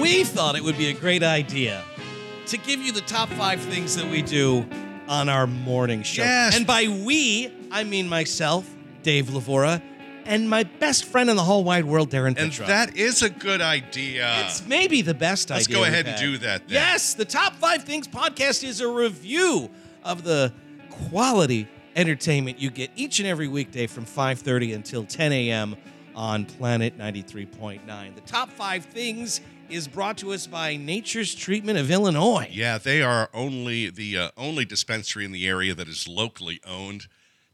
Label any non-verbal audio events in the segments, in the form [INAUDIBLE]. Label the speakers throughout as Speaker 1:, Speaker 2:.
Speaker 1: we thought it would be a great idea to give you the top five things that we do on our morning show.
Speaker 2: Yes.
Speaker 1: And by we, I mean myself, Dave Lavora, and my best friend in the whole wide world, Darren
Speaker 2: And
Speaker 1: Petrov.
Speaker 2: that is a good idea.
Speaker 1: It's maybe the best
Speaker 2: Let's
Speaker 1: idea.
Speaker 2: go
Speaker 1: we've
Speaker 2: ahead and
Speaker 1: had.
Speaker 2: do that then.
Speaker 1: Yes, the Top Five Things podcast is a review of the quality entertainment you get each and every weekday from 5:30 until 10 a.m. on Planet 93.9. The Top Five Things is brought to us by Nature's Treatment of Illinois.
Speaker 2: Yeah, they are only the uh, only dispensary in the area that is locally owned.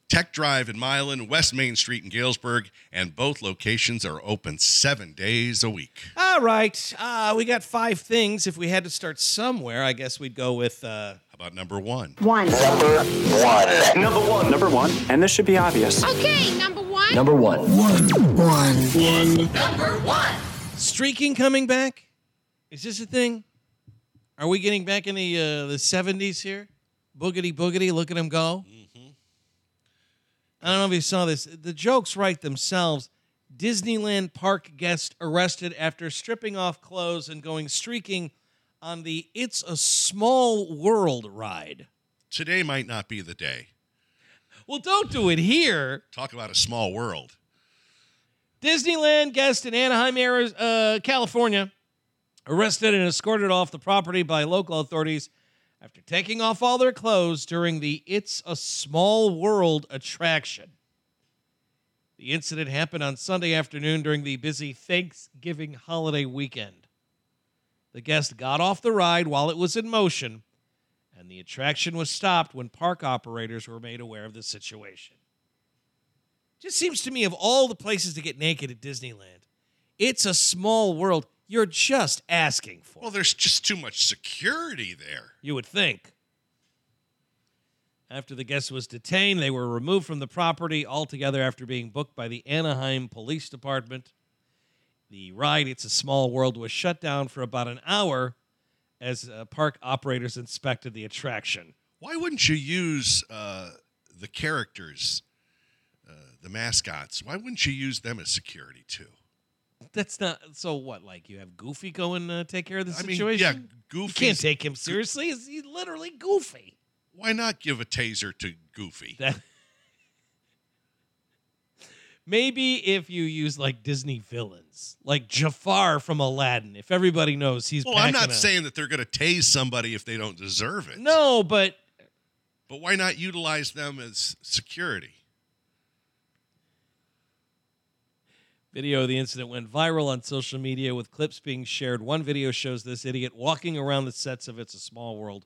Speaker 2: Tech Drive in Milan, West Main Street in Galesburg, and both locations are open seven days a week.
Speaker 1: All right, uh, we got five things. If we had to start somewhere, I guess we'd go with. Uh,
Speaker 2: How about number one?
Speaker 3: One.
Speaker 4: Number one. Number one. And this should be obvious.
Speaker 5: Okay, number one.
Speaker 6: Number one.
Speaker 1: streaking coming back? Is this a thing? Are we getting back in the uh, the seventies here? Boogity boogity, look at him go. I don't know if you saw this. The jokes write themselves. Disneyland park guest arrested after stripping off clothes and going streaking on the "It's a Small World" ride.
Speaker 2: Today might not be the day.
Speaker 1: Well, don't do it here.
Speaker 2: Talk about a small world.
Speaker 1: Disneyland guest in Anaheim, Ari- uh, California, arrested and escorted off the property by local authorities after taking off all their clothes during the It's a Small World attraction. The incident happened on Sunday afternoon during the busy Thanksgiving holiday weekend. The guest got off the ride while it was in motion, and the attraction was stopped when park operators were made aware of the situation just seems to me of all the places to get naked at Disneyland, it's a small world. You're just asking for.
Speaker 2: Well,
Speaker 1: it,
Speaker 2: there's just too much security there.
Speaker 1: you would think. After the guest was detained, they were removed from the property altogether after being booked by the Anaheim Police Department. The ride, It's a Small World, was shut down for about an hour as uh, park operators inspected the attraction.
Speaker 2: Why wouldn't you use uh, the characters, uh, the mascots? Why wouldn't you use them as security too?
Speaker 1: That's not so. What like you have Goofy go and uh, take care of the
Speaker 2: I mean,
Speaker 1: situation?
Speaker 2: yeah,
Speaker 1: You can't
Speaker 2: Goofy's-
Speaker 1: take him seriously. He's he's literally Goofy.
Speaker 2: Why not give a taser to Goofy?
Speaker 1: That maybe if you use like Disney villains, like Jafar from Aladdin. If everybody knows he's
Speaker 2: Well, Oh, I'm
Speaker 1: packing
Speaker 2: not
Speaker 1: a-
Speaker 2: saying that they're going to tase somebody if they don't deserve it.
Speaker 1: no, but
Speaker 2: But why not utilize them as security?
Speaker 1: Video of the incident went viral on social media with clips being shared. One video shows this idiot walking around the sets of It's a Small World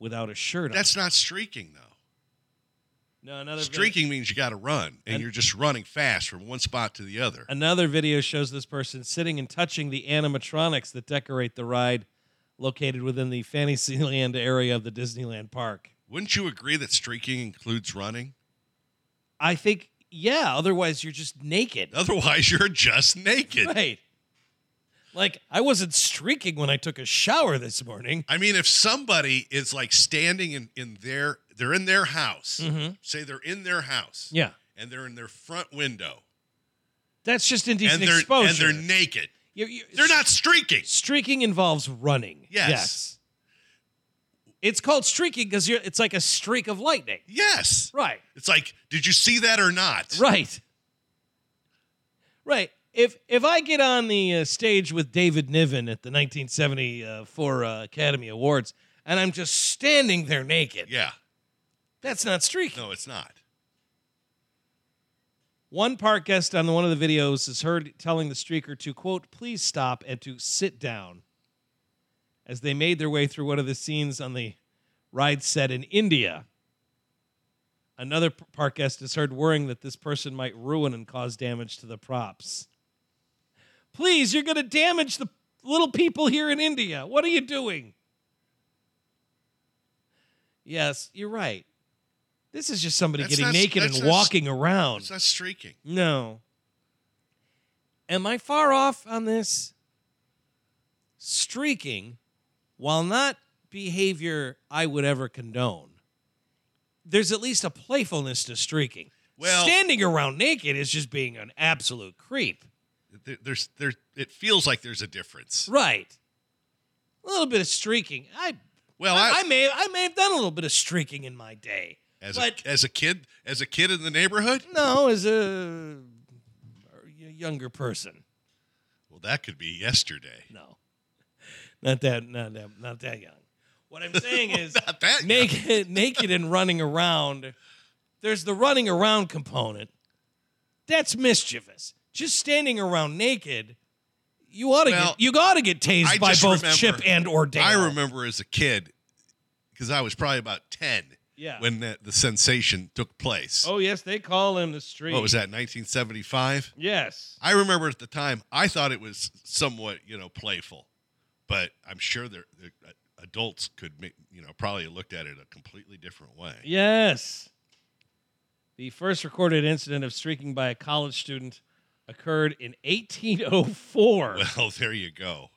Speaker 1: without a shirt on.
Speaker 2: That's not streaking, though.
Speaker 1: no another video-
Speaker 2: Streaking means you got to run, and you're just running fast from one spot to the other.
Speaker 1: Another video shows this person sitting and touching the animatronics that decorate the ride located within the Fantasyland area of the Disneyland park.
Speaker 2: Wouldn't you agree that streaking includes running?
Speaker 1: I think, yeah, otherwise you're just naked.
Speaker 2: Otherwise, [LAUGHS] you're just naked.
Speaker 1: Right. Like, I wasn't streaking when I took a shower this morning.
Speaker 2: I mean, if somebody is like standing in, in their, they're in their house, say they're in their house,
Speaker 1: Mm-hmm. Yeah.
Speaker 2: and they're in their front window,
Speaker 1: That's just indecent
Speaker 2: and they're,
Speaker 1: exposure.
Speaker 2: and they're naked.
Speaker 1: You're- you're-
Speaker 2: They're not streaking.
Speaker 1: Streaking involves running.
Speaker 2: Yes.
Speaker 1: It's called streaking because you're. it's like a streak of lightning.
Speaker 2: Yes.
Speaker 1: Right.
Speaker 2: It's like, did you see that or not?
Speaker 1: Right. Right. If if I get on the uh, stage with David Niven at the 1974 uh, Academy Awards and I'm just standing there naked,
Speaker 2: Yeah.
Speaker 1: that's not streaking.
Speaker 2: No, it's not.
Speaker 1: One park guest on one of the videos is heard telling the streaker to quote, "Please stop" and to sit down. As they made their way through one of the scenes on the ride set in India, another p- park guest is heard worrying that this person might ruin and cause damage to the props. Please, you're going to damage the little people here in India. What are you doing? Yes, you're right. This is just somebody
Speaker 2: That's
Speaker 1: getting
Speaker 2: not s-
Speaker 1: naked
Speaker 2: that's
Speaker 1: and
Speaker 2: not s-
Speaker 1: walking around.
Speaker 2: It's not streaking.
Speaker 1: No. Am I far off on this? Streaking, while not behavior I would ever condone, there's at least a playfulness to streaking.
Speaker 2: Well-
Speaker 1: Standing around naked is just being an absolute creep.
Speaker 2: There- There's there. It feels like there's a difference.
Speaker 1: Right. A little bit of streaking. I
Speaker 2: Well,
Speaker 1: I,
Speaker 2: I,
Speaker 1: I may I may have done a little bit of streaking in my day.
Speaker 2: as
Speaker 1: but
Speaker 2: a, as a kid, as a kid in the neighborhood,
Speaker 1: no, as a a younger person,
Speaker 2: well, that could be
Speaker 1: [LAUGHS]
Speaker 2: yesterday.
Speaker 1: no, not that, not that, not that young. What I'm saying is
Speaker 2: [LAUGHS] Not that young.
Speaker 1: naked, naked and running around. There's the running around component. That's mischievous. Just standing around naked, you ought to
Speaker 2: Well,
Speaker 1: get you ought to get tased
Speaker 2: I
Speaker 1: by
Speaker 2: just
Speaker 1: both
Speaker 2: remember-
Speaker 1: Chip and or Dan.
Speaker 2: I remember as a kid, because I was probably about ten
Speaker 1: Yeah.
Speaker 2: when the, the sensation took place.
Speaker 1: Oh yes, they call him the street.
Speaker 2: what was that? 1975.
Speaker 1: Yes.
Speaker 2: I remember at the time, I thought it was somewhat, you know, playful, but I'm sure there there- uh, adults could, ma- you know, probably looked at it a completely different way.
Speaker 1: Yes. The first recorded incident of streaking by a college student occurred in 1804
Speaker 2: [LAUGHS] Well, there you go.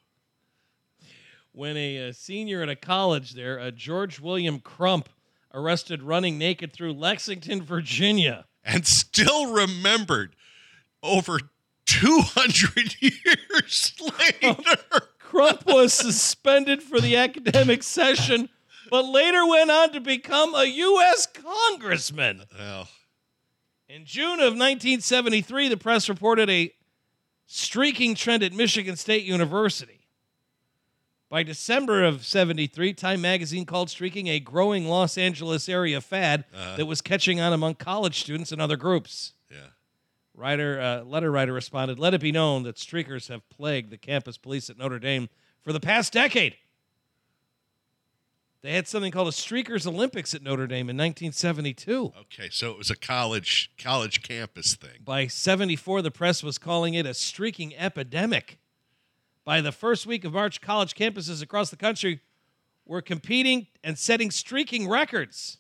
Speaker 1: when a, uh senior at a college there, uh, George William Crump, arrested running naked through Lexington, Virginia.
Speaker 2: And still remembered over 200 [LAUGHS] years later.
Speaker 1: Crump was suspended for the academic session, but later went on to become a U.S. congressman.
Speaker 2: Well,
Speaker 1: In June of 1973, the press reported a streaking trend at Michigan State University. By December of 73, Time magazine called streaking a growing Los Angeles area fad that was catching on among college students and other groups.
Speaker 2: yeah.
Speaker 1: Writer, uh, letter writer responded, "Let it be known that streakers have plagued the campus police at Notre Dame for the past decade. They had something called a Streakers Olympics at Notre Dame in 1972.
Speaker 2: Okay, so it was a college college campus thing.
Speaker 1: By 74, the press was calling it a streaking epidemic. By the first week of March, college campuses across the country were competing and setting streaking records.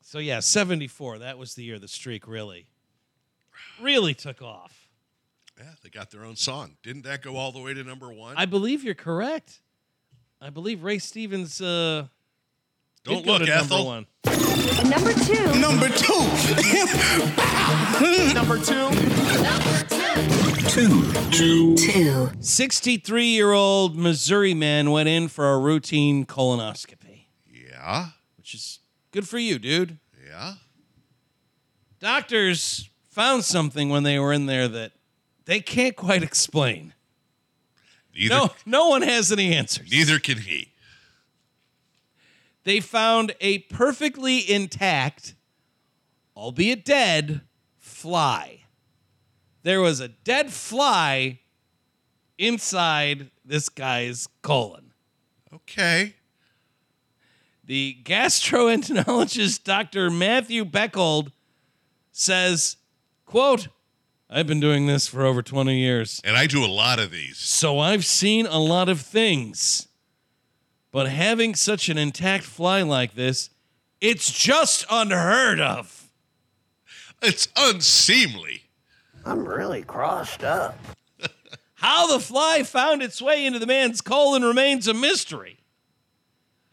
Speaker 1: So, yeah, 74, that was the year the streak really, really took off.
Speaker 2: Yeah, they got their own song. Didn't that go all the way to number one?
Speaker 1: I believe you're correct. I believe Ray Stevens uh, did
Speaker 2: Don't
Speaker 1: go
Speaker 2: look,
Speaker 1: to number
Speaker 2: Ethel.
Speaker 1: one.
Speaker 3: Number two.
Speaker 5: Number two. Number two.
Speaker 3: Two.
Speaker 1: 63 year old Missouri man went in for a routine colonoscopy.
Speaker 2: Yeah,
Speaker 1: which is good for you, dude.
Speaker 2: yeah.
Speaker 1: Doctors found something when they were in there that they can't quite explain.
Speaker 2: Neither,
Speaker 1: No, no one has any answers.
Speaker 2: neither can he.
Speaker 1: They found a perfectly intact, albeit dead, fly. There was a dead fly inside this guy's colon.
Speaker 2: Okay.
Speaker 1: The gastroenterologist [LAUGHS] Dr. Matthew Beckold says, quote, I've been doing this for over 20 years.
Speaker 2: And I do a lot of these.
Speaker 1: So I've seen a lot of things. But having such an intact fly like this, it's just unheard of.
Speaker 2: It's unseemly.
Speaker 6: I'm really crossed up.
Speaker 1: How the fly found its way into the man's colon remains a mystery.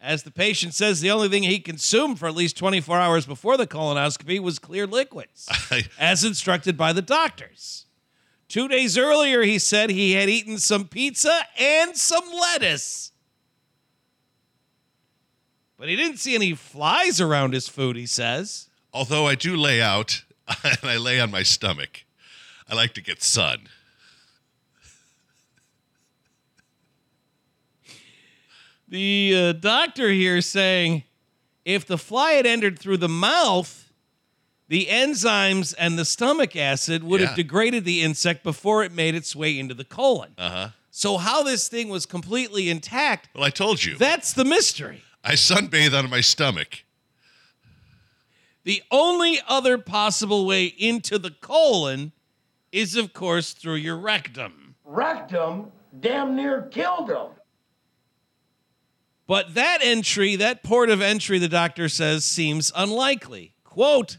Speaker 1: As the patient says, the only thing he consumed for at least 24 hours before the colonoscopy was clear liquids, as instructed by the doctors. Two days earlier, he said he had eaten some pizza and some lettuce. But he didn't see any flies around his food, he says.
Speaker 2: Although I do lay out [LAUGHS] and I lay on my stomach, I like to get sun.
Speaker 1: the uh, doctor here saying if the fly had entered through the mouth, the enzymes and the stomach acid would
Speaker 2: Yeah.
Speaker 1: have degraded the insect before it made its way into the colon. Uh-huh. So, how this thing was completely intact,
Speaker 2: Well, I told you,
Speaker 1: that's the mystery.
Speaker 2: I sunbathe on my stomach.
Speaker 1: The only other possible way into the colon is, of course, through your rectum.
Speaker 7: wrecked him, damn near killed him.
Speaker 1: But that entry, that port of entry, the doctor says, seems unlikely. Quote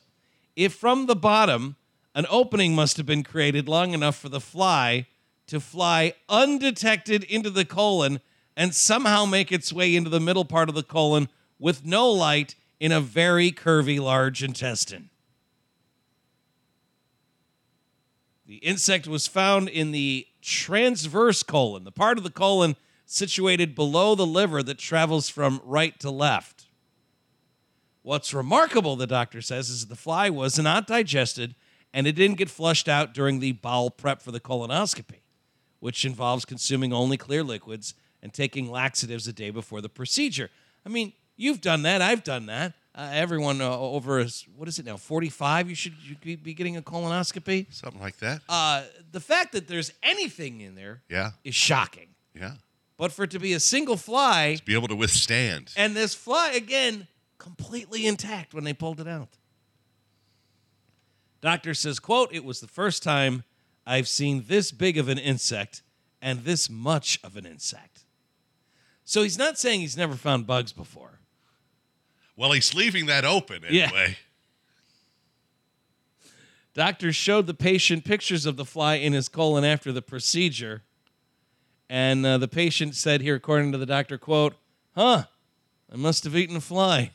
Speaker 1: If from the bottom, an opening must have been created long enough for the fly to fly undetected into the colon and somehow make its way into the middle part of the colon with no light in a very curvy large intestine. The insect was found in the transverse colon, the part of the colon situated below the liver that travels from right to left. What's remarkable, the doctor says, is that the fly was not digested and it didn't get flushed out during the bowel prep for the colonoscopy, which involves consuming only clear liquids and taking laxatives a day before the procedure. I mean, you've done that. I've done that. Uh, everyone uh, over is, what is it now, 45? You should you be- be getting a colonoscopy.
Speaker 2: Something like that.
Speaker 1: Uh, the fact that there's anything in there is
Speaker 2: yeah.
Speaker 1: shocking.
Speaker 2: Yeah.
Speaker 1: But for it to be a single fly,
Speaker 2: Be able to withstand.
Speaker 1: and this fly, again, completely intact when they pulled it out. Doctor says, quote, it was the first time I've seen this big of an insect and this much of an insect. So he's not saying he's never found bugs before.
Speaker 2: Well, he's leaving that open
Speaker 1: Yeah.
Speaker 2: anyway.
Speaker 1: Doctors showed the patient pictures of the fly in his colon after the procedure. And uh, the patient said here, according to the doctor, quote, huh, I must have eaten a fly.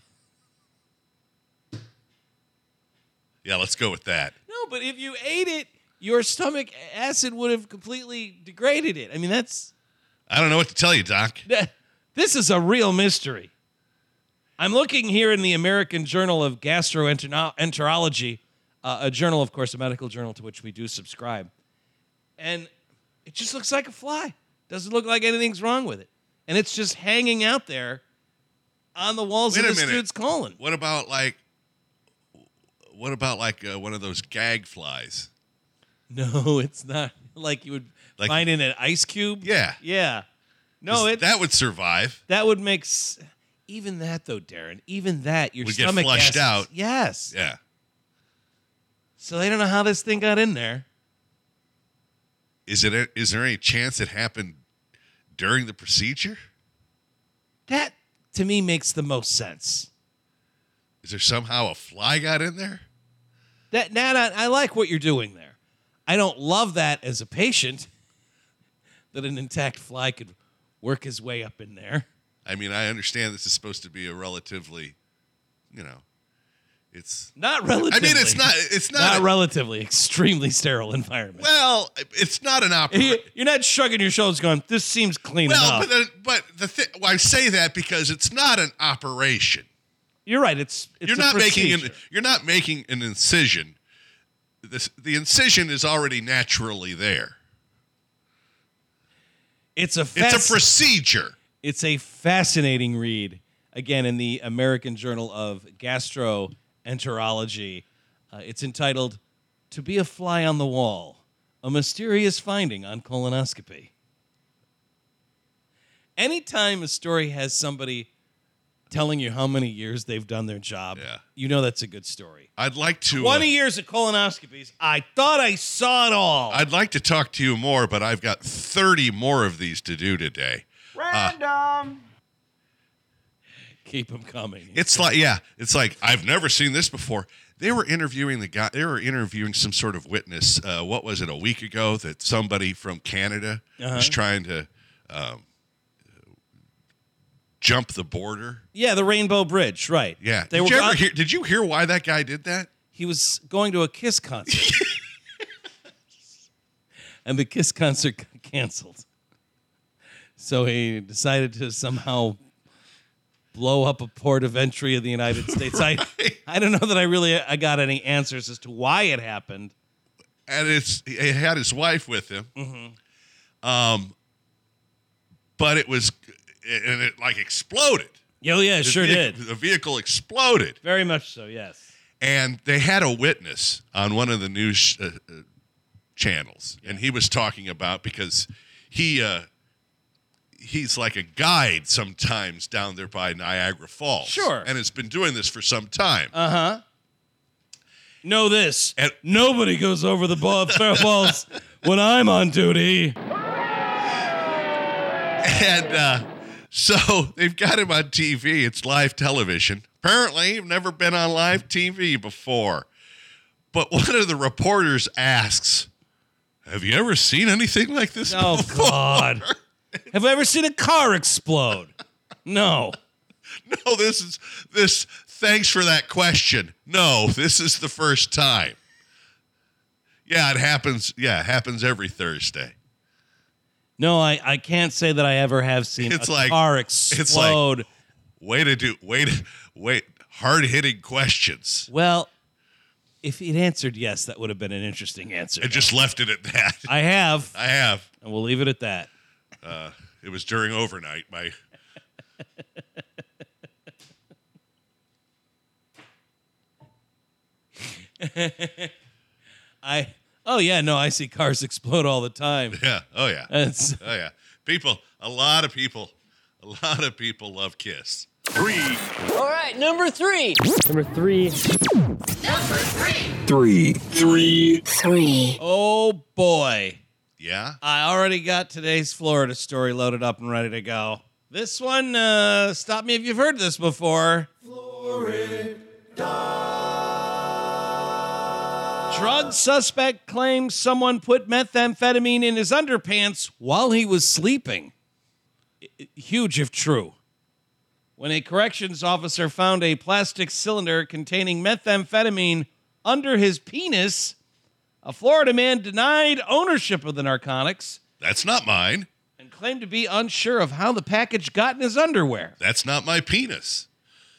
Speaker 2: Yeah, let's go with that.
Speaker 1: No, but if you ate it, your stomach acid would have completely degraded it. I mean, that's
Speaker 2: I don't know what to tell you, Doc.
Speaker 1: that, this is a real mystery. I'm looking here in the American Journal of Gastroenterology, uh, a journal, of course, a medical journal to which we do subscribe, and it just looks like a fly. Doesn't look like anything's wrong with it, and it's just hanging out there on the walls
Speaker 2: Wait a
Speaker 1: of this
Speaker 2: minute.
Speaker 1: dude's colon.
Speaker 2: What about like, what about like uh, one of those gag flies?
Speaker 1: No, it's not [LAUGHS] like you would
Speaker 2: Like-
Speaker 1: find in an ice cube.
Speaker 2: Yeah.
Speaker 1: yeah. No, it
Speaker 2: that would survive.
Speaker 1: That would make s- even that though, Darren. Even that your
Speaker 2: Would get
Speaker 1: stomach acids-
Speaker 2: flushed out.
Speaker 1: Yes.
Speaker 2: Yeah.
Speaker 1: So they don't know how this thing got in there.
Speaker 2: Is it? Is there any chance it happened during the procedure?
Speaker 1: That to me makes the most sense.
Speaker 2: Is there somehow a fly got in there?
Speaker 1: That now I, I like what you're doing there. I don't love that as a patient [LAUGHS] that an intact fly could work his way up in there.
Speaker 2: I mean, I understand this is supposed to be a relatively, you know, it's.
Speaker 1: Not
Speaker 2: I
Speaker 1: relatively.
Speaker 2: mean, it's not. It's not.
Speaker 1: not
Speaker 2: a-
Speaker 1: relatively extremely sterile environment.
Speaker 2: well, it's not an
Speaker 1: You-
Speaker 2: operation.
Speaker 1: [LAUGHS] you're not shrugging your shoulders, going, "This seems clean
Speaker 2: Well,
Speaker 1: enough."
Speaker 2: but the, but the thi- well, I say that because it's not an operation.
Speaker 1: you're right. It's, it's
Speaker 2: you're
Speaker 1: a
Speaker 2: not making an,
Speaker 1: procedure.
Speaker 2: you're not making an incision. This, the incision is already naturally there.
Speaker 1: It's a
Speaker 2: It's
Speaker 1: fasc-
Speaker 2: a procedure.
Speaker 1: It's a fascinating read. Again, in the American Journal of Gastroenterology, uh, it's entitled "To Be a Fly on the Wall: A Mysterious Finding on Colonoscopy." Anytime a story has somebody telling you how many years they've done their job,
Speaker 2: Yeah.
Speaker 1: you know that's a good story.
Speaker 2: I'd like to. uh,
Speaker 1: Twenty years of colonoscopies. I thought I saw it all.
Speaker 2: I'd like to talk to you more, but I've got 30 more of these to do today.
Speaker 1: Keep them coming.
Speaker 2: It's like, yeah, it's like I've never seen this before. They were interviewing the guy. They were interviewing some sort of witness. Uh, what was it a week ago that somebody from Canada
Speaker 1: Uh-huh.
Speaker 2: was trying to um, jump the border?
Speaker 1: yeah, the Rainbow Bridge, right?
Speaker 2: Yeah.
Speaker 1: they
Speaker 2: did
Speaker 1: were.
Speaker 2: You ever hear, did you hear why that guy did that?
Speaker 1: he was going to a Kiss concert. [LAUGHS] and the Kiss concert got canceled. So he decided to somehow blow up a port of entry in the [LAUGHS] United States. I, I don't know that I really I got any answers as to why it happened.
Speaker 2: and it's he had his wife with him.
Speaker 1: Mm-hmm.
Speaker 2: Um, but it was and it like exploded.
Speaker 1: Oh, yeah,
Speaker 2: The
Speaker 1: sure
Speaker 2: vehi-
Speaker 1: did.
Speaker 2: The vehicle exploded,
Speaker 1: Very much so, yes.
Speaker 2: and they had a witness on one of the news uh, uh, channels, and he was talking about because he uh, he's like a guide sometimes down there by Niagara Falls,
Speaker 1: Sure.
Speaker 2: and has been doing this for some time.
Speaker 1: Know this.
Speaker 2: And-
Speaker 1: Nobody goes over the ball walls when I'm on [LAUGHS] duty.
Speaker 2: And uh, so [LAUGHS] they've got him on TV. It's live television. Apparently, he've never been on live TV before. But [LAUGHS] one of the reporters asks, Have you ever seen anything like this?
Speaker 1: Oh
Speaker 2: before?"
Speaker 1: God. Have I ever seen a car explode? No.
Speaker 2: [LAUGHS] No, this is this. Thanks for that question. No, this is the first time. Yeah, it happens. Yeah, it happens every Thursday.
Speaker 1: No, I, I can't say that I ever have seen
Speaker 2: It's
Speaker 1: a
Speaker 2: like-
Speaker 1: car
Speaker 2: it's like-
Speaker 1: explode.
Speaker 2: Way to do, way to, wait, hard hitting questions.
Speaker 1: well, if he'd answered yes, that would have been an interesting answer.
Speaker 2: I just left it at that. [LAUGHS]
Speaker 1: I have,
Speaker 2: I have.
Speaker 1: and we'll leave it at that.
Speaker 2: It was during overnight. My
Speaker 1: I oh yeah, no, I see cars [LAUGHS] explode all the time.
Speaker 2: [LAUGHS] yeah, oh yeah, oh
Speaker 1: That's
Speaker 2: yeah. People, a lot of people, a lot of people love Kiss.
Speaker 8: All right, number three.
Speaker 5: Three.
Speaker 3: three,
Speaker 1: oh boy.
Speaker 2: Yeah,
Speaker 1: I already got today's Florida story loaded up and ready to go. This one, uh, stop me if you've heard this before. Florida. Drug suspect claims someone put methamphetamine in his underpants while he was sleeping. I- I- huge if true. When a corrections officer found a plastic cylinder containing methamphetamine under his penis, a Florida man denied ownership of the narcotics
Speaker 2: that's not mine.
Speaker 1: and claimed to be unsure of how the package got in his underwear.
Speaker 2: That's not my penis.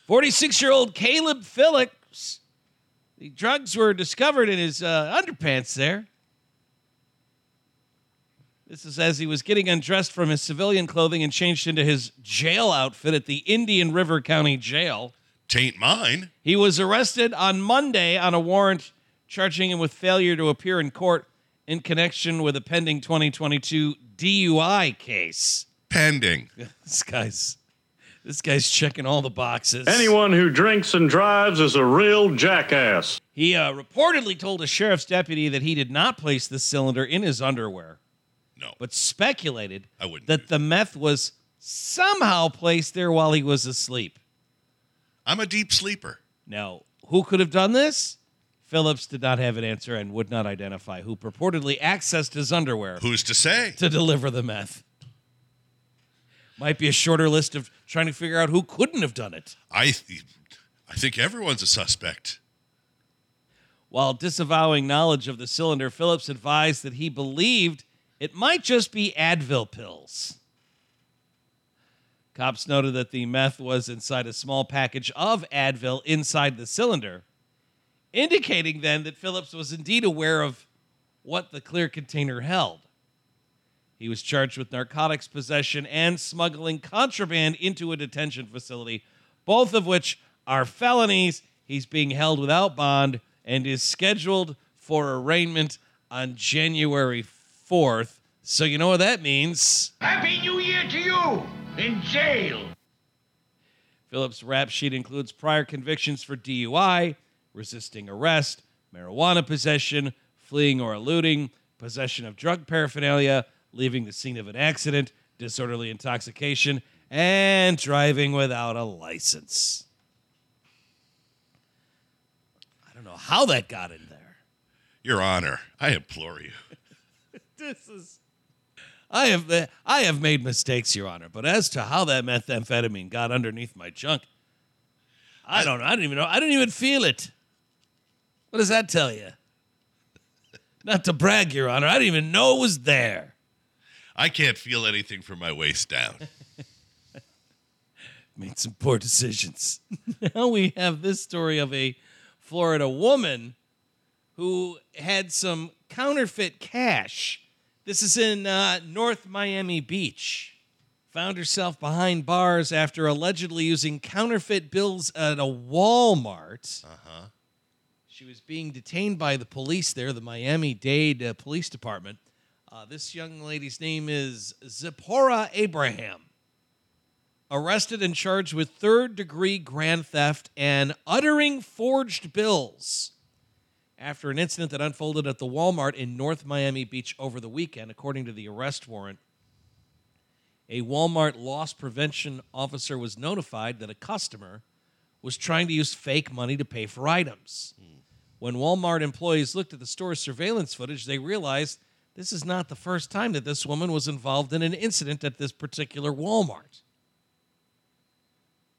Speaker 1: 46 year old Caleb Phillips, the drugs were discovered in his uh, underpants there. This is as he was getting undressed from his civilian clothing and changed into his jail outfit at the Indian River County Jail.
Speaker 2: Tain't mine.
Speaker 1: He was arrested on Monday on a warrant charging him with failure to appear in court in connection with a pending 2022 DUI case.
Speaker 2: Pending.
Speaker 1: [LAUGHS] This guy's this guy's checking all the boxes.
Speaker 9: Anyone who drinks and drives is a real jackass.
Speaker 1: he uh, reportedly told a sheriff's deputy that he did not place the cylinder in his underwear,
Speaker 2: No,
Speaker 1: but speculated
Speaker 2: I wouldn't do
Speaker 1: that the meth was somehow placed there while he was asleep.
Speaker 2: I'm a deep sleeper.
Speaker 1: Now, who could have done this? Phillips did not have an answer and would not identify who purportedly accessed his underwear
Speaker 2: Who's to say?
Speaker 1: to deliver the meth. Might be a shorter list of trying to figure out who couldn't have done it.
Speaker 2: I, th- I think everyone's a suspect.
Speaker 1: While disavowing knowledge of the cylinder, Phillips advised that he believed it might just be Advil pills. Cops noted that the meth was inside a small package of Advil inside the cylinder, indicating then that Phillips was indeed aware of what the clear container held. He was charged with narcotics possession and smuggling contraband into a detention facility, both of which are felonies. He's being held without bond and is scheduled for arraignment on January 4th. So, you know what that means.
Speaker 7: Happy New Year to you in jail.
Speaker 1: Phillips' rap sheet includes prior convictions for DUI, resisting arrest, marijuana possession, fleeing or eluding, possession of drug paraphernalia, leaving the scene of an accident, disorderly intoxication, and driving without a license. I don't know how that got in there.
Speaker 2: Your Honor, I implore you.
Speaker 1: This is. I have I have made mistakes, Your Honor, but as to how that methamphetamine got underneath my junk, I don't know. I didn't even know. I didn't even feel it. What does that tell you? Not to brag, Your Honor, I didn't even know it was there.
Speaker 2: I can't feel anything from my
Speaker 1: [LAUGHS]
Speaker 2: waist down.
Speaker 1: Made some poor decisions. [LAUGHS] now we have this story of a Florida woman who had some counterfeit cash. This is in uh, North Miami Beach. found herself behind bars after allegedly using counterfeit bills at a Walmart. Uh huh. She was being detained by the police there, the Miami Dade uh, Police Department. Uh, this young lady's name is Zipporah Abraham. Arrested and charged with third degree grand theft and uttering forged bills after an incident that unfolded at the Walmart in North Miami Beach over the weekend, according to the arrest warrant. A Walmart loss prevention officer was notified that a customer was trying to use fake money to pay for items. When Walmart employees looked at the store's surveillance footage, they realized this is not the first time that this woman was involved in an incident at this particular Walmart.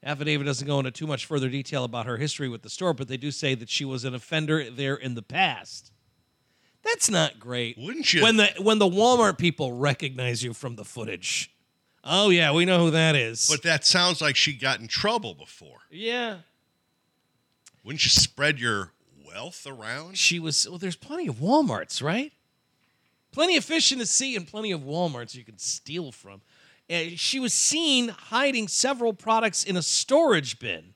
Speaker 1: Affidavit doesn't go into too much further detail about her history with the store, but they do say that she was an offender there in the past. That's not great.
Speaker 2: Wouldn't you-
Speaker 1: When the when the Walmart people recognize you from the footage. Oh yeah, we know who that is.
Speaker 2: But that sounds like she got in trouble before.
Speaker 1: yeah.
Speaker 2: Wouldn't you spread your wealth around?
Speaker 1: She was well, there's plenty of Walmarts, right? Plenty of fish in the sea and plenty of Walmarts you can steal from. Uh, she was seen hiding several products in a storage bin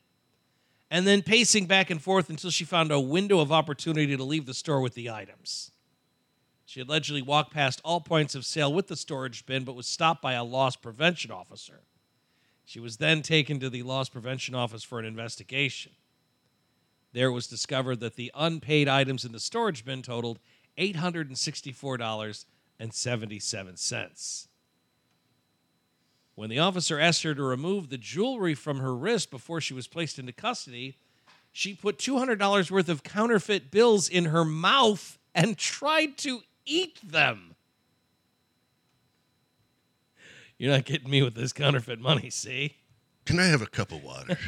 Speaker 1: and then pacing back and forth until she found a window of opportunity to leave the store with the items. She allegedly walked past all points of sale with the storage bin, but was stopped by a loss prevention officer. She was then taken to the loss prevention office for an investigation. There it was discovered that the unpaid items in the storage bin totaled $864.77. When the officer asked her to remove the jewelry from her wrist before she was placed into custody, she put $200 worth of counterfeit bills in her mouth and tried to eat them. You're not getting me with this counterfeit money, see?
Speaker 2: Can I have a cup of
Speaker 1: [LAUGHS]
Speaker 2: water?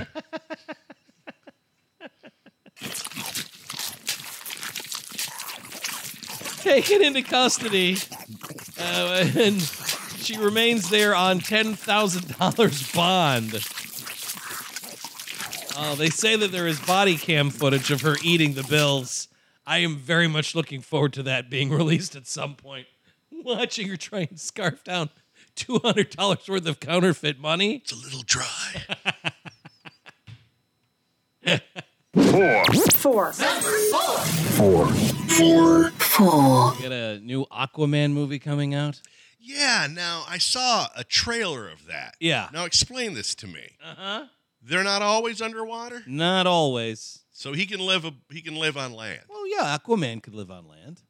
Speaker 1: taken into custody, uh, and she remains there on ten thousand dollars bond. Oh, they say that there is body cam footage of her eating the bills. I am very much looking forward to that being released at some point. Watching her try and scarf down two hundred dollars worth of counterfeit money.
Speaker 2: it's a little
Speaker 1: [LAUGHS]
Speaker 2: dry.
Speaker 10: Four.
Speaker 3: four,
Speaker 1: Got a new Aquaman movie coming out.
Speaker 2: yeah, now I saw a trailer of that.
Speaker 1: Yeah.
Speaker 2: Now explain this to me. Uh-huh. They're not always underwater?
Speaker 1: Not always.
Speaker 2: So he can live a, he can live on land.
Speaker 1: Well, yeah, Aquaman could live on land.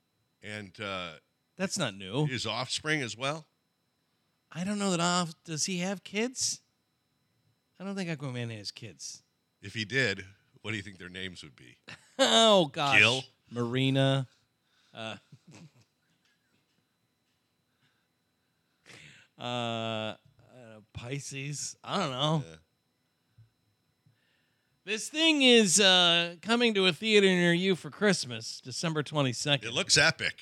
Speaker 2: And uh,
Speaker 1: That's not new.
Speaker 2: his offspring as well?
Speaker 1: I don't know that off. Does he have kids? I don't think Aquaman has kids. [LAUGHS]
Speaker 2: If he did, what do you think their names would be?
Speaker 1: Oh gosh,
Speaker 2: Gil?
Speaker 1: Marina. [LAUGHS] Uh, uh, I don't know, Pisces. I don't know. This thing is uh, coming to a theater near you for Christmas, December twenty second.
Speaker 2: It looks epic.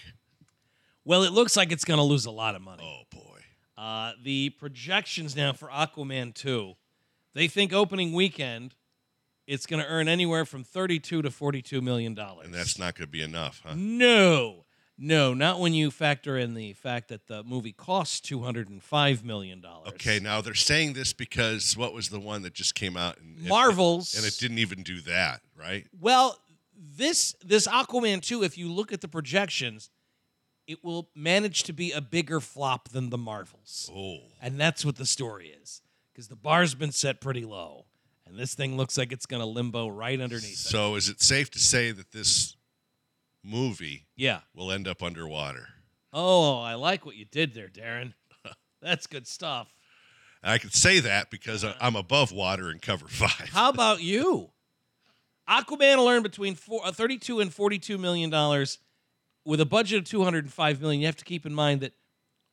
Speaker 1: well, it looks like it's going to lose a lot of money.
Speaker 2: Oh boy.
Speaker 1: Uh, the projections now for Aquaman 2, they think opening weekend it's going to earn anywhere from 32 to 42 million dollars.
Speaker 2: And that's not going to be enough, huh?
Speaker 1: No. No, not when you factor in the fact that the movie costs 205 million dollars.
Speaker 2: Okay, now they're saying this because what was the one that just came out? And, and-
Speaker 1: Marvel's
Speaker 2: And it didn't even do that, right?
Speaker 1: Well, this this Aquaman 2 if you look at the projections, it will manage to be a bigger flop than the Marvels.
Speaker 2: Oh.
Speaker 1: And that's what the story is. Because the bar's been set pretty low. And this thing looks like it's going to limbo right underneath it.
Speaker 2: So is it safe to say that this movie
Speaker 1: Yeah.
Speaker 2: will end up underwater?
Speaker 1: Oh, I like what you did there, Darren. [LAUGHS] That's good stuff.
Speaker 2: I can say that because I- I'm above water in cover [LAUGHS] five.
Speaker 1: How about you? Aquaman will earn between four, uh, 32 and 42 million dollars with a budget of 205 million. You have to keep in mind that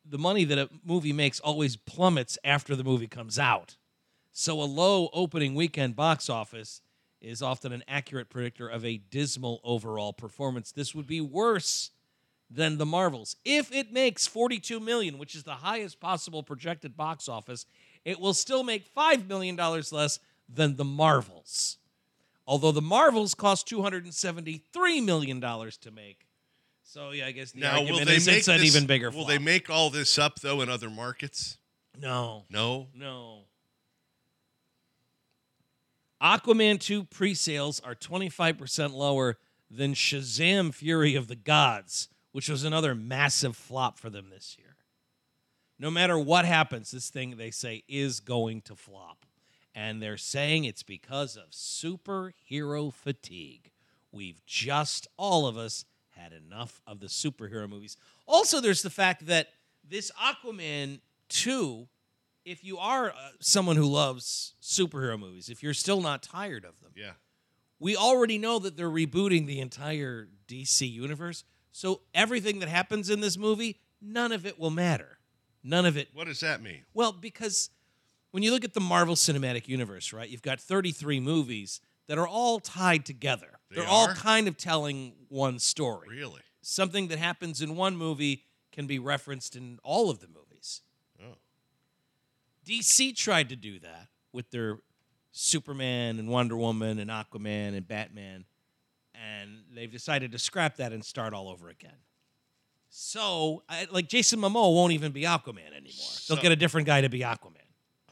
Speaker 1: the money that a movie makes always plummets after the movie comes out. So a low opening weekend box office is often an accurate predictor of a dismal overall performance. This would be worse than the Marvels. If it makes 42 million, which is the highest possible projected box office, it will still make 5 million dollars less than the Marvels. Although the Marvels cost 273 million dollars to make. So yeah, I guess the
Speaker 2: now will
Speaker 1: argument
Speaker 2: they
Speaker 1: is
Speaker 2: make
Speaker 1: it's an
Speaker 2: this-
Speaker 1: even bigger
Speaker 2: Will
Speaker 1: flop.
Speaker 2: they make all this up though in other markets?
Speaker 1: No.
Speaker 2: No.
Speaker 1: No. Aquaman 2 pre sales are 25% lower than Shazam Fury of the Gods, which was another massive flop for them this year. No matter what happens, this thing they say is going to flop. And they're saying it's because of superhero fatigue. We've just, all of us, had enough of the superhero movies. Also, there's the fact that this Aquaman 2 if you are uh, someone who loves superhero movies, if you're still not tired of them,
Speaker 2: Yeah.
Speaker 1: we already know that they're rebooting the entire DC universe. So everything that happens in this movie, none of it will matter. None of it.
Speaker 2: What does that mean?
Speaker 1: Well, because when you look at the Marvel Cinematic Universe, right, you've got 33 movies that are all tied together.
Speaker 2: They
Speaker 1: are all
Speaker 2: are?
Speaker 1: kind of telling one story.
Speaker 2: Really?
Speaker 1: something that happens in one movie can be referenced in all of the movies.
Speaker 2: Oh.
Speaker 1: DC tried to do that with their Superman and Wonder Woman and Aquaman and Batman, and they've decided to scrap that and start all over again. So, I, like Jason Momoa won't even be Aquaman anymore.
Speaker 2: So-
Speaker 1: They'll get a different guy to be Aquaman.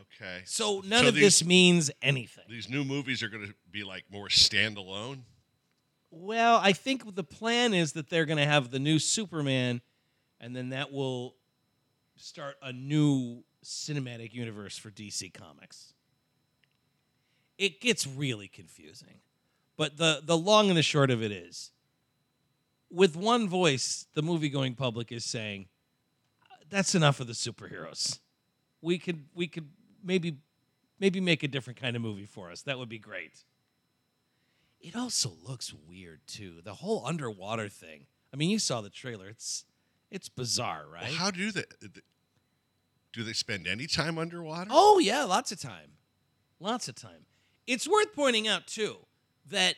Speaker 2: Okay.
Speaker 1: So none
Speaker 2: So
Speaker 1: of
Speaker 2: these-
Speaker 1: this means anything.
Speaker 2: These new movies are going to be like more standalone.
Speaker 1: Well, I think the plan is that they're going to have the new Superman, and then that will start a new cinematic universe for DC Comics. It gets really confusing, but the the long and the short of it is, with one voice, the movie going public is saying, "That's enough of the superheroes. We could we could maybe maybe make a different kind of movie for us. That would be great." It also looks weird too. The whole underwater thing. I mean, you saw the trailer. It's it's bizarre, right?
Speaker 2: Well, how do they? Do they spend any time underwater?
Speaker 1: Oh yeah, lots of time. Lots of time. It's worth pointing out too that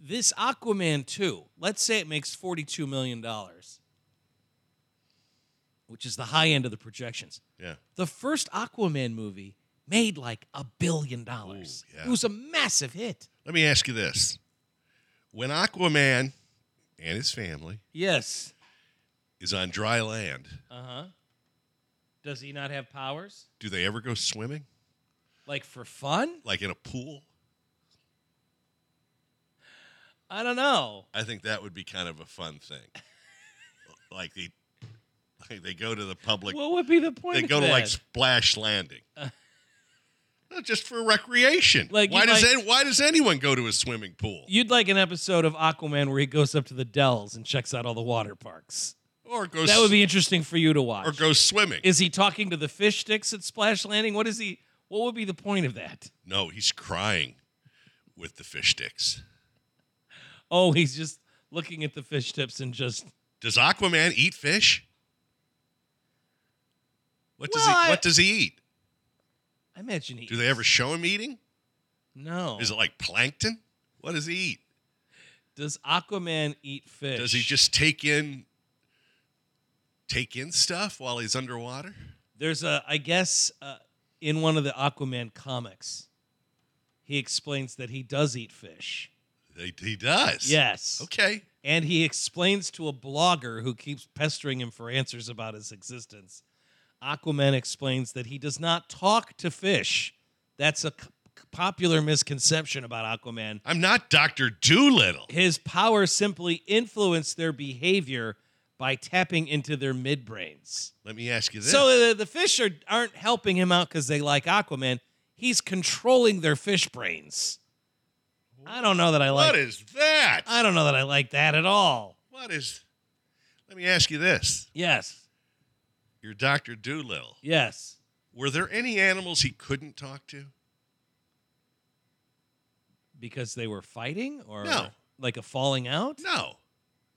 Speaker 1: this Aquaman 2, let's say it makes 42 million dollars, which is the high end of the projections.
Speaker 2: Yeah.
Speaker 1: The first Aquaman movie made like a billion dollars.
Speaker 2: Ooh, yeah.
Speaker 1: It was a massive hit.
Speaker 2: Let me ask you this: When Aquaman and his family
Speaker 1: Yes.
Speaker 2: is on dry land,
Speaker 1: Uh-huh. Does he not have powers?
Speaker 2: do they ever go swimming,
Speaker 1: Like for fun?
Speaker 2: like in a pool?
Speaker 1: I don't know.
Speaker 2: I think that would be kind of a fun thing.
Speaker 1: [LAUGHS]
Speaker 2: like they, like they go to the public.
Speaker 1: what would be the point?
Speaker 2: they
Speaker 1: of
Speaker 2: go to like
Speaker 1: that? Uh.
Speaker 2: splash landing. No, just for recreation.
Speaker 1: Like,
Speaker 2: why
Speaker 1: you
Speaker 2: does
Speaker 1: might-
Speaker 2: any- why does anyone go to a swimming pool
Speaker 1: You'd like an episode of Aquaman where he goes up to the Dells and checks out all the water parks.
Speaker 2: or go
Speaker 1: That would
Speaker 2: s-
Speaker 1: be interesting for you to
Speaker 2: or
Speaker 1: watch.
Speaker 2: go swimming?
Speaker 1: is he talking to the fish sticks at Splash Landing? What is he? What would be the point of that?
Speaker 2: no, he's crying with the fish sticks.
Speaker 1: Oh, he's just looking at the fish tips and just.
Speaker 2: Does Aquaman eat fish? What does
Speaker 1: Well,
Speaker 2: he
Speaker 1: I-
Speaker 2: What does he eat?
Speaker 1: I imagine he.
Speaker 2: Do they ever show him eating?
Speaker 1: No.
Speaker 2: Is it like plankton? What does he eat?
Speaker 1: Does Aquaman eat fish?
Speaker 2: Does he just take in take in stuff while he's underwater?
Speaker 1: There's a, I guess, uh, in one of the Aquaman comics, he explains that he does eat fish.
Speaker 2: He, he does.
Speaker 1: Yes.
Speaker 2: Okay.
Speaker 1: and he explains to a blogger who keeps pestering him for answers about his existence. Aquaman explains that he does not talk to fish. That's a c- popular misconception about Aquaman.
Speaker 2: I'm not Doctor Doolittle.
Speaker 1: His powers simply influence their behavior by tapping into their midbrains.
Speaker 2: Let me ask you this.
Speaker 1: So the, the fish are, aren't helping him out because they like Aquaman. He's controlling their fish brains. I don't know that I like.
Speaker 2: what is that?
Speaker 1: I don't know that I like that at all.
Speaker 2: what is? Let me ask you this.
Speaker 1: Yes.
Speaker 2: You're Doctor Doolittle.
Speaker 1: Yes.
Speaker 2: Were there any animals he couldn't talk to?
Speaker 1: because they were fighting or
Speaker 2: No.
Speaker 1: like a falling out?
Speaker 2: No,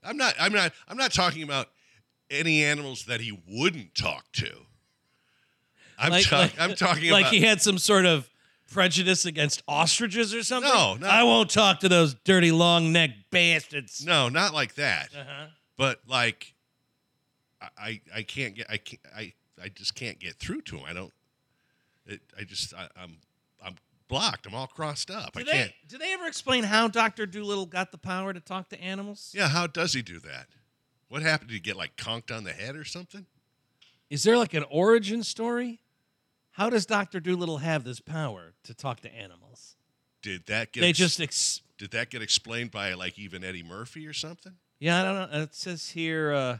Speaker 2: I'm not. I'm not. I'm not talking about any animals that he wouldn't talk to. I'm,
Speaker 1: Like-
Speaker 2: ta-
Speaker 1: like-
Speaker 2: I'm talking
Speaker 1: [LAUGHS] like
Speaker 2: about.
Speaker 1: he had some sort of prejudice against ostriches or something?
Speaker 2: No, no.
Speaker 1: I won't talk to those dirty long necked bastards.
Speaker 2: no, not like that.
Speaker 1: Uh-huh.
Speaker 2: But like, I, I, I can't get. I can't. I, I just can't get through to him. I don't. It, I just. I, I'm. I'm blocked. I'm all crossed up.
Speaker 1: Do
Speaker 2: I
Speaker 1: they,
Speaker 2: can't.
Speaker 1: do they ever explain how Dr. Doolittle got the power to talk to animals?
Speaker 2: Yeah. How does he do that? What happened? Did he get like conked on the head or something?
Speaker 1: Is there like an origin story? How does Dr. Doolittle have this power to talk to animals?
Speaker 2: Did that get?
Speaker 1: They
Speaker 2: ex-
Speaker 1: just, ex-
Speaker 2: Did that get explained by like even Eddie Murphy or something?
Speaker 1: yeah, I don't know. It says here uh,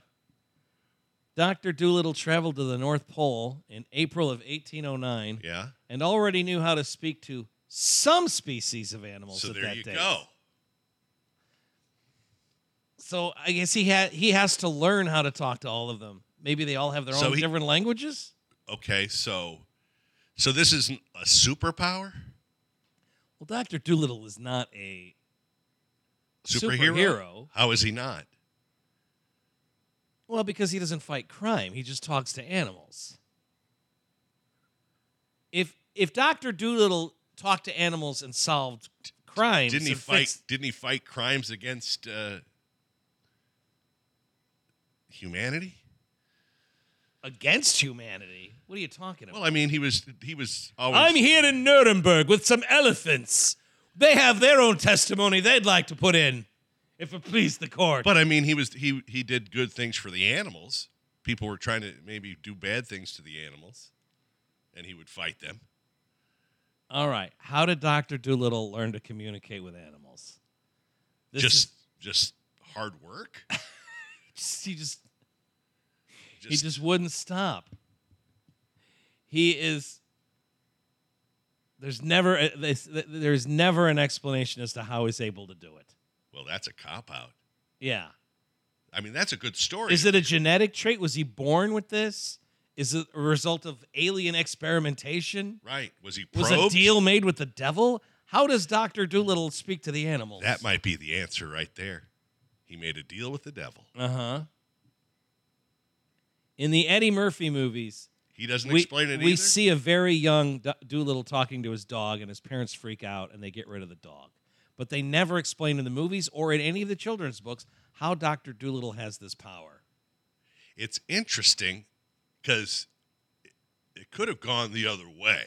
Speaker 1: Dr. Doolittle traveled to the North Pole in April of 1809.
Speaker 2: Yeah.
Speaker 1: and already knew how to speak to some species of animals
Speaker 2: So
Speaker 1: at
Speaker 2: there
Speaker 1: that
Speaker 2: you
Speaker 1: day.
Speaker 2: go.
Speaker 1: So I guess he had he has to learn how to talk to all of them. Maybe they all have their
Speaker 2: So
Speaker 1: own
Speaker 2: he-
Speaker 1: different languages.
Speaker 2: Okay, so so this isn't a superpower
Speaker 1: Well, Doctor Doolittle is not a
Speaker 2: superhero.
Speaker 1: Superhero.
Speaker 2: How is he not?
Speaker 1: well because he doesn't fight crime. He just talks to animals. If if Doctor Doolittle talked to animals and solved crimes,
Speaker 2: Didn't he
Speaker 1: and
Speaker 2: fight?
Speaker 1: fixed-
Speaker 2: Didn't he fight crimes against uh, humanity.
Speaker 1: Against humanity? What are you talking about?
Speaker 2: Well, I mean, he was he was always.
Speaker 1: I'm here in Nuremberg with some elephants. They have their own testimony they'd like to put in, if it please the court.
Speaker 2: but I mean, he was he he did good things for the animals. People were trying to maybe do bad things to the animals, and he would fight them.
Speaker 1: All right. How did Dr. Doolittle learn to communicate with animals? This
Speaker 2: just
Speaker 1: is-
Speaker 2: just hard work.
Speaker 1: just- he just [LAUGHS]
Speaker 2: Just,
Speaker 1: he just wouldn't stop. He is there's never a- this- there's never an explanation as to how he's able to do it.
Speaker 2: well, that's a cop out.
Speaker 1: Yeah.
Speaker 2: I mean, that's a good story.
Speaker 1: Is it a genetic trait? Was he born with this? Is it a result of alien experimentation?
Speaker 2: right? Was he
Speaker 1: Was
Speaker 2: probed?
Speaker 1: a deal made with the devil? How does Doctor Doolittle speak to the animals?
Speaker 2: That might be the answer right there. He made a deal with the devil.
Speaker 1: Uh huh. In the Eddie Murphy movies,
Speaker 2: He doesn't
Speaker 1: we,
Speaker 2: explain it
Speaker 1: we
Speaker 2: either.
Speaker 1: see a very young Do- Doolittle talking to his dog, and his parents freak out and they get rid of the dog. But they never explain in the movies or in any of the children's books how Doctor Doolittle has this power.
Speaker 2: it's interesting because it could have gone the other way.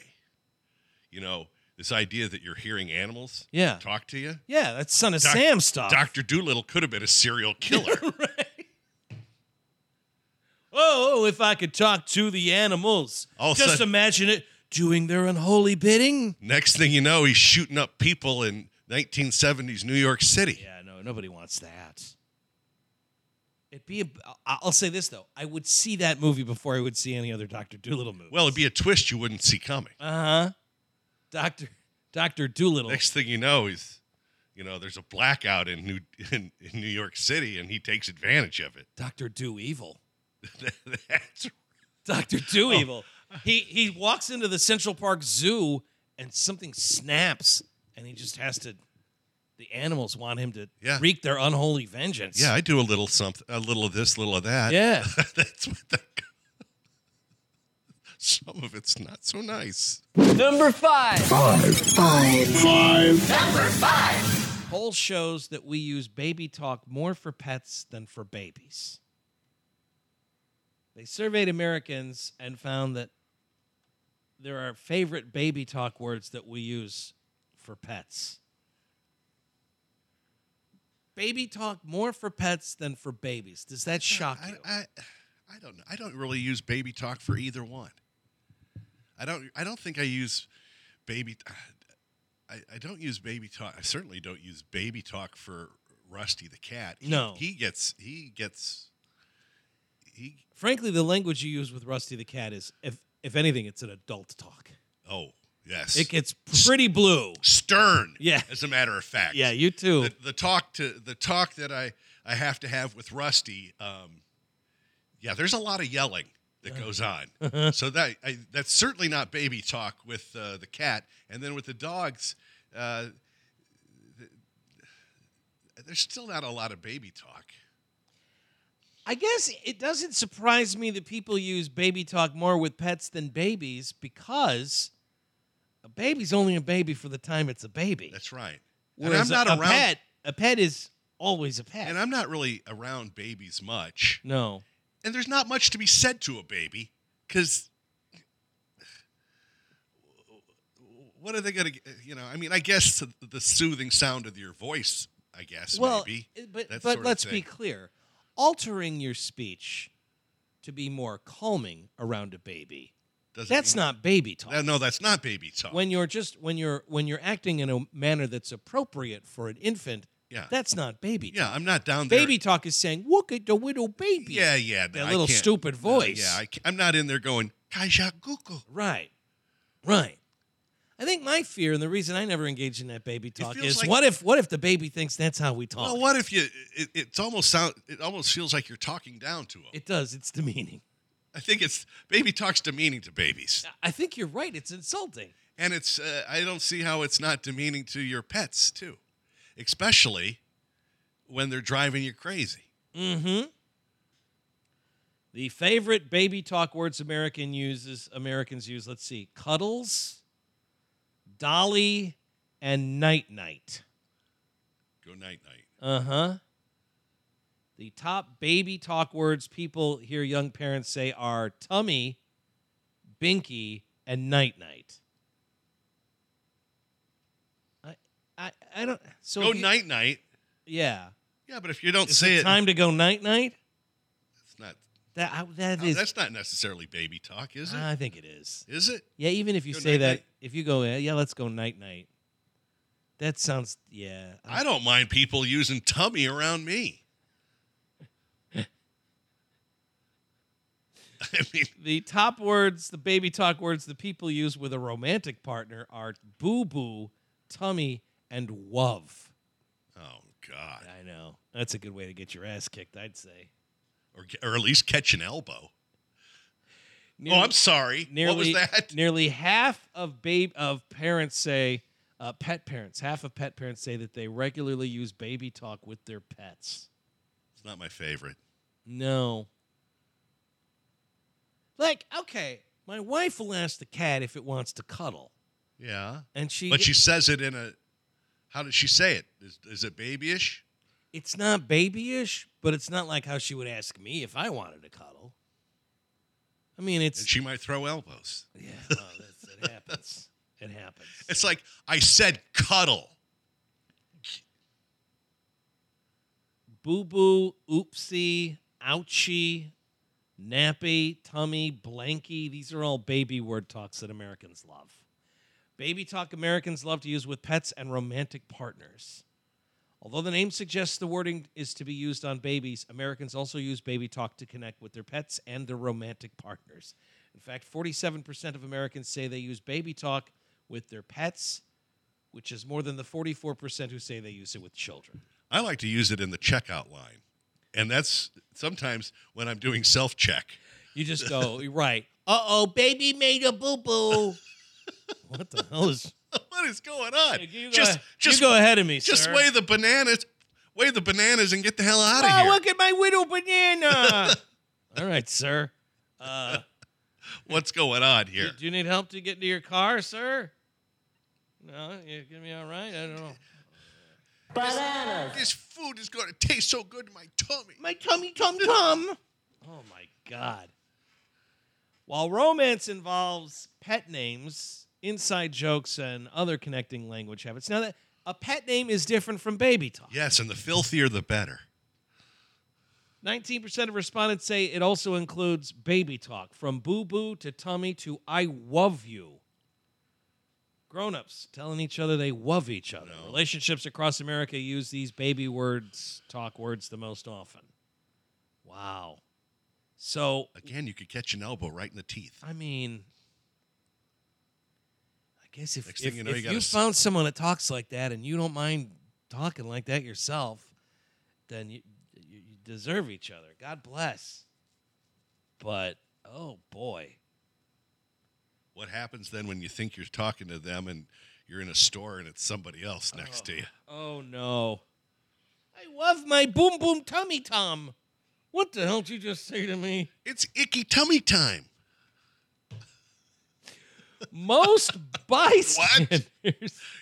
Speaker 2: You know, this idea that you're hearing animals
Speaker 1: Yeah,
Speaker 2: talk to you.
Speaker 1: yeah, that's Son of
Speaker 2: Doc-
Speaker 1: Sam stuff.
Speaker 2: Dr. Doolittle could have been a [LAUGHS] serial killer.
Speaker 1: Oh, if I could talk to the animals.
Speaker 2: All of a
Speaker 1: Just
Speaker 2: sudden-
Speaker 1: imagine it doing their unholy bidding.
Speaker 2: Next thing you know, he's shooting up people in 1970s New York City.
Speaker 1: Yeah, no, nobody wants that. It'd be. A, I- I'll say this though. I would see that movie before I would see any other Doctor Doolittle movie.
Speaker 2: Well, it'd be a twist you wouldn't see coming.
Speaker 1: uh huh. Doctor Doctor Doolittle.
Speaker 2: Next thing you know, he's, you know, there's a blackout in New [LAUGHS] in, in New York City, and he takes advantage of it. [LAUGHS]
Speaker 1: Doctor Do Evil.
Speaker 2: That's
Speaker 1: Doctor Do Evil.
Speaker 2: Oh.
Speaker 1: He he walks into the Central Park Zoo and something snaps and he just has to. The animals want him to
Speaker 2: Yeah.
Speaker 1: wreak their unholy vengeance.
Speaker 2: Yeah, I do a little something, a little of this, little of that.
Speaker 1: Yeah.
Speaker 2: [LAUGHS] that's what that. [LAUGHS] Some of it's not so nice.
Speaker 8: Number five.
Speaker 3: five,
Speaker 1: poll shows that we use baby talk more for pets than for babies. They surveyed Americans and found that there are favorite baby talk words that we use for pets. Baby talk more for pets than for babies. Does that shock
Speaker 2: I,
Speaker 1: you?
Speaker 2: I, I don't know. I don't really use baby talk for either one. I don't. I don't think I use baby. uh, I, I don't use baby talk. I certainly don't use baby talk for Rusty the cat. He-
Speaker 1: No.
Speaker 2: he gets. He gets. He.
Speaker 1: Frankly, the language you use with Rusty the cat is, if if anything, it's an adult talk.
Speaker 2: Oh yes.
Speaker 1: It gets pretty blue.
Speaker 2: stern.
Speaker 1: Yeah.
Speaker 2: As a matter of fact.
Speaker 1: Yeah, you too.
Speaker 2: the, the talk to the talk that I I have to have with Rusty. Um, yeah, there's a lot of yelling that goes
Speaker 1: [LAUGHS]
Speaker 2: on. so that I, that's certainly not baby talk with uh, the cat, and then with the dogs. Uh, th- there's still not a lot of baby talk.
Speaker 1: I guess it doesn't surprise me that people use baby talk more with pets than babies because a baby's only a baby for the time it's a baby.
Speaker 2: That's right. And I'm
Speaker 1: Whereas
Speaker 2: not
Speaker 1: a,
Speaker 2: around,
Speaker 1: a pet. A pet is always a pet.
Speaker 2: and I'm not really around babies much.
Speaker 1: no.
Speaker 2: And there's not much to be said to a baby because what are they going to, you know, I mean, I guess the soothing sound of your voice, I guess,
Speaker 1: Well,
Speaker 2: maybe.
Speaker 1: uh, but
Speaker 2: That sort
Speaker 1: but
Speaker 2: of
Speaker 1: let's be
Speaker 2: thing.
Speaker 1: clear. Altering your speech to be more calming around a baby.
Speaker 2: Doesn't
Speaker 1: That's
Speaker 2: mean-
Speaker 1: not baby talk.
Speaker 2: No, no, that's not baby talk.
Speaker 1: When you're just when you're when you're acting in a manner that's appropriate for an infant,
Speaker 2: Yeah.
Speaker 1: that's not baby talk.
Speaker 2: yeah, I'm not down there.
Speaker 1: Baby talk is saying, look at the little baby.
Speaker 2: Yeah, yeah.
Speaker 1: That
Speaker 2: no, I
Speaker 1: little
Speaker 2: can't-
Speaker 1: stupid
Speaker 2: no,
Speaker 1: voice.
Speaker 2: yeah, I, ca- I'm not in there going, Kaja Guku.
Speaker 1: Right. Right. I think my fear and the reason I never engage in that baby talk
Speaker 2: feels
Speaker 1: is
Speaker 2: like-
Speaker 1: what if what if the baby thinks that's how we talk?
Speaker 2: Well, what if you, it, it's almost sound, it almost feels like you're talking down to them.
Speaker 1: It does. It's demeaning.
Speaker 2: I think it's, baby talk's demeaning to babies.
Speaker 1: I think you're right. It's insulting.
Speaker 2: and it's uh, I don't see how it's not demeaning to your pets too, especially when they're driving you crazy.
Speaker 1: Mm-hmm. The favorite baby talk words American uses Americans use, let's see, cuddles, dolly, and night night.
Speaker 2: Go night night.
Speaker 1: Uh huh. Uh-huh. The top baby talk words people hear young parents say are tummy, binky, and night night. I, I, I don't. So
Speaker 2: Go
Speaker 1: if you-
Speaker 2: night night.
Speaker 1: Yeah.
Speaker 2: Yeah, but if you don't
Speaker 1: Is
Speaker 2: say
Speaker 1: it
Speaker 2: it,
Speaker 1: time to go night night?
Speaker 2: it's not.
Speaker 1: That I, that
Speaker 2: no,
Speaker 1: is.
Speaker 2: Oh,
Speaker 1: Uh,
Speaker 2: that's not necessarily baby talk, is it?
Speaker 1: I think it is.
Speaker 2: is it?
Speaker 1: Yeah, even if you
Speaker 2: Go
Speaker 1: say that,
Speaker 2: night-night.
Speaker 1: if you go, "Yeah, yeah, let's go night night. That sounds yeah.
Speaker 2: I don't mind people using tummy around me. [LAUGHS] I mean,
Speaker 1: the top words, the baby talk words the people use with a romantic partner are boo boo, tummy, and wuv.
Speaker 2: oh god,
Speaker 1: I know. That's a good way to get your ass kicked, I'd say.
Speaker 2: or or at least catch an elbow.
Speaker 1: Nearly-
Speaker 2: oh, I'm sorry.
Speaker 1: Nearly,
Speaker 2: what was that? [LAUGHS]
Speaker 1: Nearly half of babe of parents say, uh, pet parents, half of pet parents say that they regularly use baby talk with their pets.
Speaker 2: It's not my favorite.
Speaker 1: No. Like, okay, my wife will ask the cat if it wants to cuddle.
Speaker 2: Yeah,
Speaker 1: And she,
Speaker 2: but she says it in a. How did she say it? Is, is it babyish?
Speaker 1: it's not babyish, but it's not like how she would ask me if I wanted to cuddle. I mean, it's
Speaker 2: And she might throw elbows.
Speaker 1: yeah, well, that's, it happens. It happens.
Speaker 2: It's like I said, cuddle.
Speaker 1: boo boo, oopsie, ouchie, nappy, tummy, blanky. These are all baby word talks that Americans love. Baby talk Americans love to use with pets and romantic partners. Although the name suggests the wording is to be used on babies, Americans also use baby talk to connect with their pets and their romantic partners. In fact, 47% of Americans say they use baby talk with their pets, which is more than the 44% who say they use it with children.
Speaker 2: I like to use it in the checkout line, and that's sometimes when I'm doing self check.
Speaker 1: You just go, you're right. Uh oh, baby made a boo boo. [LAUGHS] what the hell is.
Speaker 2: [LAUGHS] what is going on?
Speaker 1: You go,
Speaker 2: just,
Speaker 1: you
Speaker 2: just,
Speaker 1: go ahead of me,
Speaker 2: just
Speaker 1: sir.
Speaker 2: weigh the bananas, weigh the bananas, and get the hell out of
Speaker 1: Oh,
Speaker 2: here.
Speaker 1: look at my little banana. [LAUGHS] All right, sir. Uh,
Speaker 2: What's going on
Speaker 1: do,
Speaker 2: here?
Speaker 1: do you need help to get to your car, sir? No, you're going to be all right? I don't know.
Speaker 2: This food is going to taste so good to my tummy.
Speaker 1: My tummy tum tum. [LAUGHS] Oh my god. While romance involves pet names, inside jokes, and other connecting language habits. Now that a pet name is different from baby talk.
Speaker 2: Yes, and the filthier the better.
Speaker 1: 19% of respondents say it also includes baby talk, from boo boo to tummy to I love you. Grown ups telling each other they love each other. Relationships across America use these baby words, talk words, the most often. Wow. So,
Speaker 2: Again, you could catch an elbow right in the teeth.
Speaker 1: I mean, I guess if,
Speaker 2: Next
Speaker 1: if,
Speaker 2: thing you know,
Speaker 1: if
Speaker 2: you
Speaker 1: you,
Speaker 2: got a s-
Speaker 1: found someone that talks like that and you don't mind talking like that yourself, then you, you you deserve each other. God bless. But oh boy,
Speaker 2: What happens then when you think you're talking to them and you're in a store and it's somebody else next to you?
Speaker 1: oh no, I love my boom boom tummy tom. What the hell did you just say to me?
Speaker 2: It's icky tummy time. [LAUGHS]
Speaker 1: Most bystanders.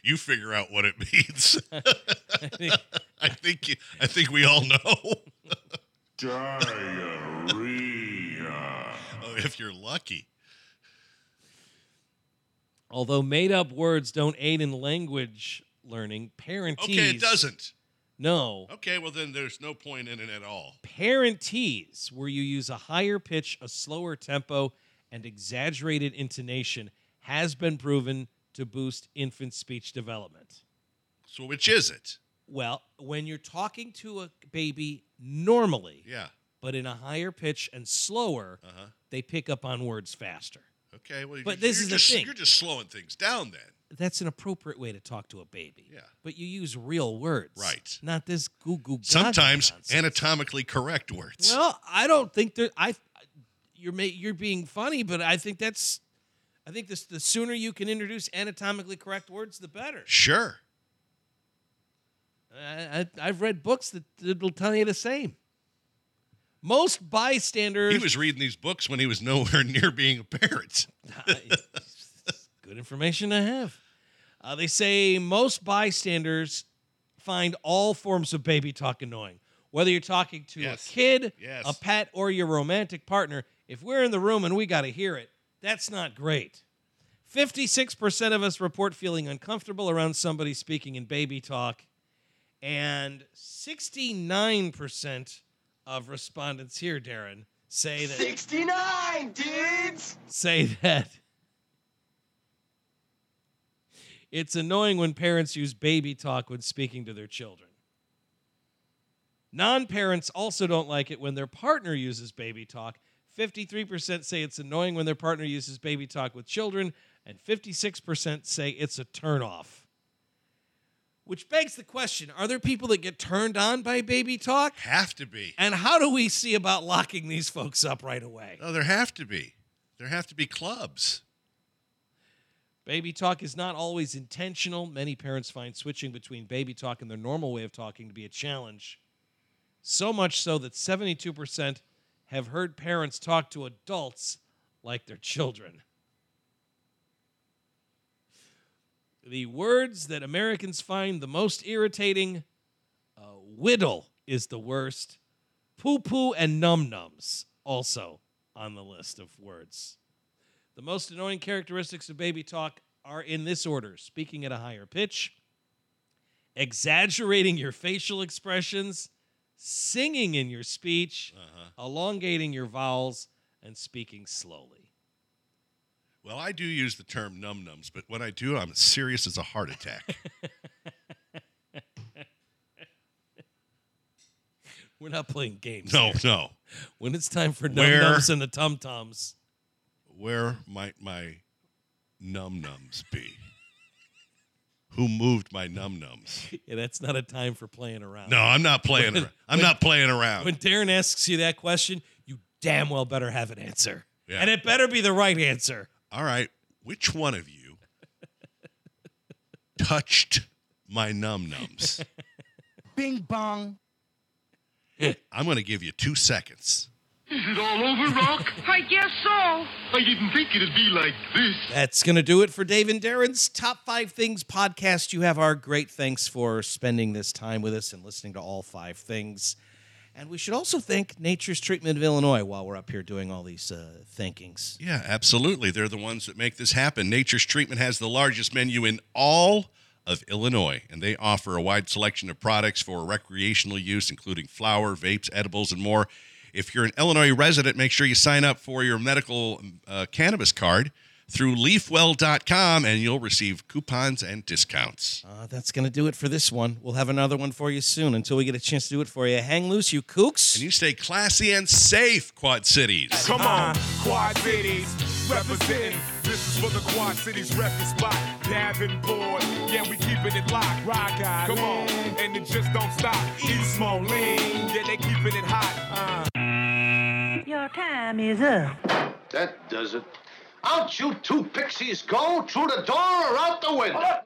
Speaker 2: You figure out what it means. [LAUGHS]
Speaker 1: think-
Speaker 2: I think you, I think we all know. [LAUGHS]
Speaker 9: Diarrhea.
Speaker 2: Oh, if you're lucky.
Speaker 1: Although made up words don't aid in language learning, parentees.
Speaker 2: Okay, it doesn't.
Speaker 1: No.
Speaker 2: Okay, well then there's no point in it at all.
Speaker 1: Parentees, where you use a higher pitch, a slower tempo, and exaggerated intonation, has been proven to boost infant speech development.
Speaker 2: So which is it?
Speaker 1: Well, when you're talking to a baby normally,
Speaker 2: Yeah.
Speaker 1: but in a higher pitch and slower,
Speaker 2: Uh-huh.
Speaker 1: they pick up on words faster.
Speaker 2: Okay, well
Speaker 1: But
Speaker 2: you-
Speaker 1: this
Speaker 2: you're
Speaker 1: is the
Speaker 2: just-
Speaker 1: thing.
Speaker 2: You're just slowing things down then.
Speaker 1: That's an appropriate way to talk to a baby.
Speaker 2: Yeah.
Speaker 1: But you use real words.
Speaker 2: Right.
Speaker 1: Not this goo goo gaga
Speaker 2: Sometimes
Speaker 1: nonsense.
Speaker 2: anatomically correct words.
Speaker 1: Well, I don't think there. I you're ma- you're being funny, but I think that's. I think this the sooner you can introduce anatomically correct words, the better.
Speaker 2: sure.
Speaker 1: I, I, I've read books that that'll tell you the same. Most bystanders.
Speaker 2: He was reading these books when he was nowhere [LAUGHS] near being a parent.
Speaker 1: [LAUGHS] good information to have. Uh, they say most bystanders find all forms of baby talk annoying. Whether you're talking to
Speaker 2: Yes.
Speaker 1: a kid,
Speaker 2: Yes.
Speaker 1: a pet, or your romantic partner, if we're in the room and we got to hear it, that's not great. 56% of us report feeling uncomfortable around somebody speaking in baby talk, and 69% of respondents here, Darren, say that
Speaker 5: 69, dudes!
Speaker 1: say [LAUGHS] that. It's annoying when parents use baby talk when speaking to their children. Non parents also don't like it when their partner uses baby talk. 53% say it's annoying when their partner uses baby talk with children, and 56% say it's a turnoff. Which begs the question are there people that get turned on by baby talk?
Speaker 2: Have to be.
Speaker 1: And how do we see about locking these folks up right away?
Speaker 2: No, there have to be. There have to be clubs.
Speaker 1: Baby talk is not always intentional. Many parents find switching between baby talk and their normal way of talking to be a challenge. So much so that 72% have heard parents talk to adults like their children. The words that Americans find the most irritating uh, whittle is the worst. Poo poo and num nums also on the list of words. The most annoying characteristics of baby talk are in this order speaking at a higher pitch, exaggerating your facial expressions, singing in your speech,
Speaker 2: Uh-huh.
Speaker 1: elongating your vowels, and speaking slowly.
Speaker 2: Well, I do use the term num nums, but when I do, I'm as serious as a
Speaker 1: [LAUGHS]
Speaker 2: heart attack.
Speaker 1: We're not playing games.
Speaker 2: no,
Speaker 1: here.
Speaker 2: no.
Speaker 1: When it's time for num
Speaker 2: Where-
Speaker 1: nums and the tum tums,
Speaker 2: Where might my num nums be? Who moved my num nums?
Speaker 1: yeah, that's not a time for playing around.
Speaker 2: No, I'm not playing
Speaker 1: When-
Speaker 2: around. I'm not playing
Speaker 1: When
Speaker 2: around.
Speaker 1: Darren asks you that question, you damn well better have an answer.
Speaker 2: Yeah.
Speaker 1: And it better be the right answer.
Speaker 2: All right. Which one of you touched my num nums?
Speaker 5: [LAUGHS] Bing bong.
Speaker 2: I'm going to give you two seconds.
Speaker 7: Is it all over, Rock? I guess so.
Speaker 10: I didn't think it'd be like this.
Speaker 1: That's going to do it for Dave and Darren's Top 5 Things podcast. You have our great thanks for spending this time with us and listening to all five things. And we should also thank Nature's Treatment of Illinois while we're up here doing all these uh, thankings.
Speaker 2: Yeah, absolutely. They're the ones that make this happen. Nature's Treatment has the largest menu in all of Illinois, and they offer a wide selection of products for recreational use, including flour, vapes, edibles, and more. If you're an Illinois resident, make sure you sign up for your medical uh, cannabis card through leafwell.com and you'll receive coupons and discounts.
Speaker 1: Uh, that's going to do it for this one. We'll have another one for you soon until we get a chance to do it for you. Hang loose, you kooks.
Speaker 2: And you stay classy and safe, Quad Cities.
Speaker 10: Come on, Quad Cities, represent. This is for the Quad Cities record spot. Davenport, yeah, we keeping it locked. Rock out, come on, and it just don't stop. East Moline, yeah, they keeping it hot. Uh.
Speaker 3: Your time is up.
Speaker 7: That does it. Out you two pixies go, through the door or out the window.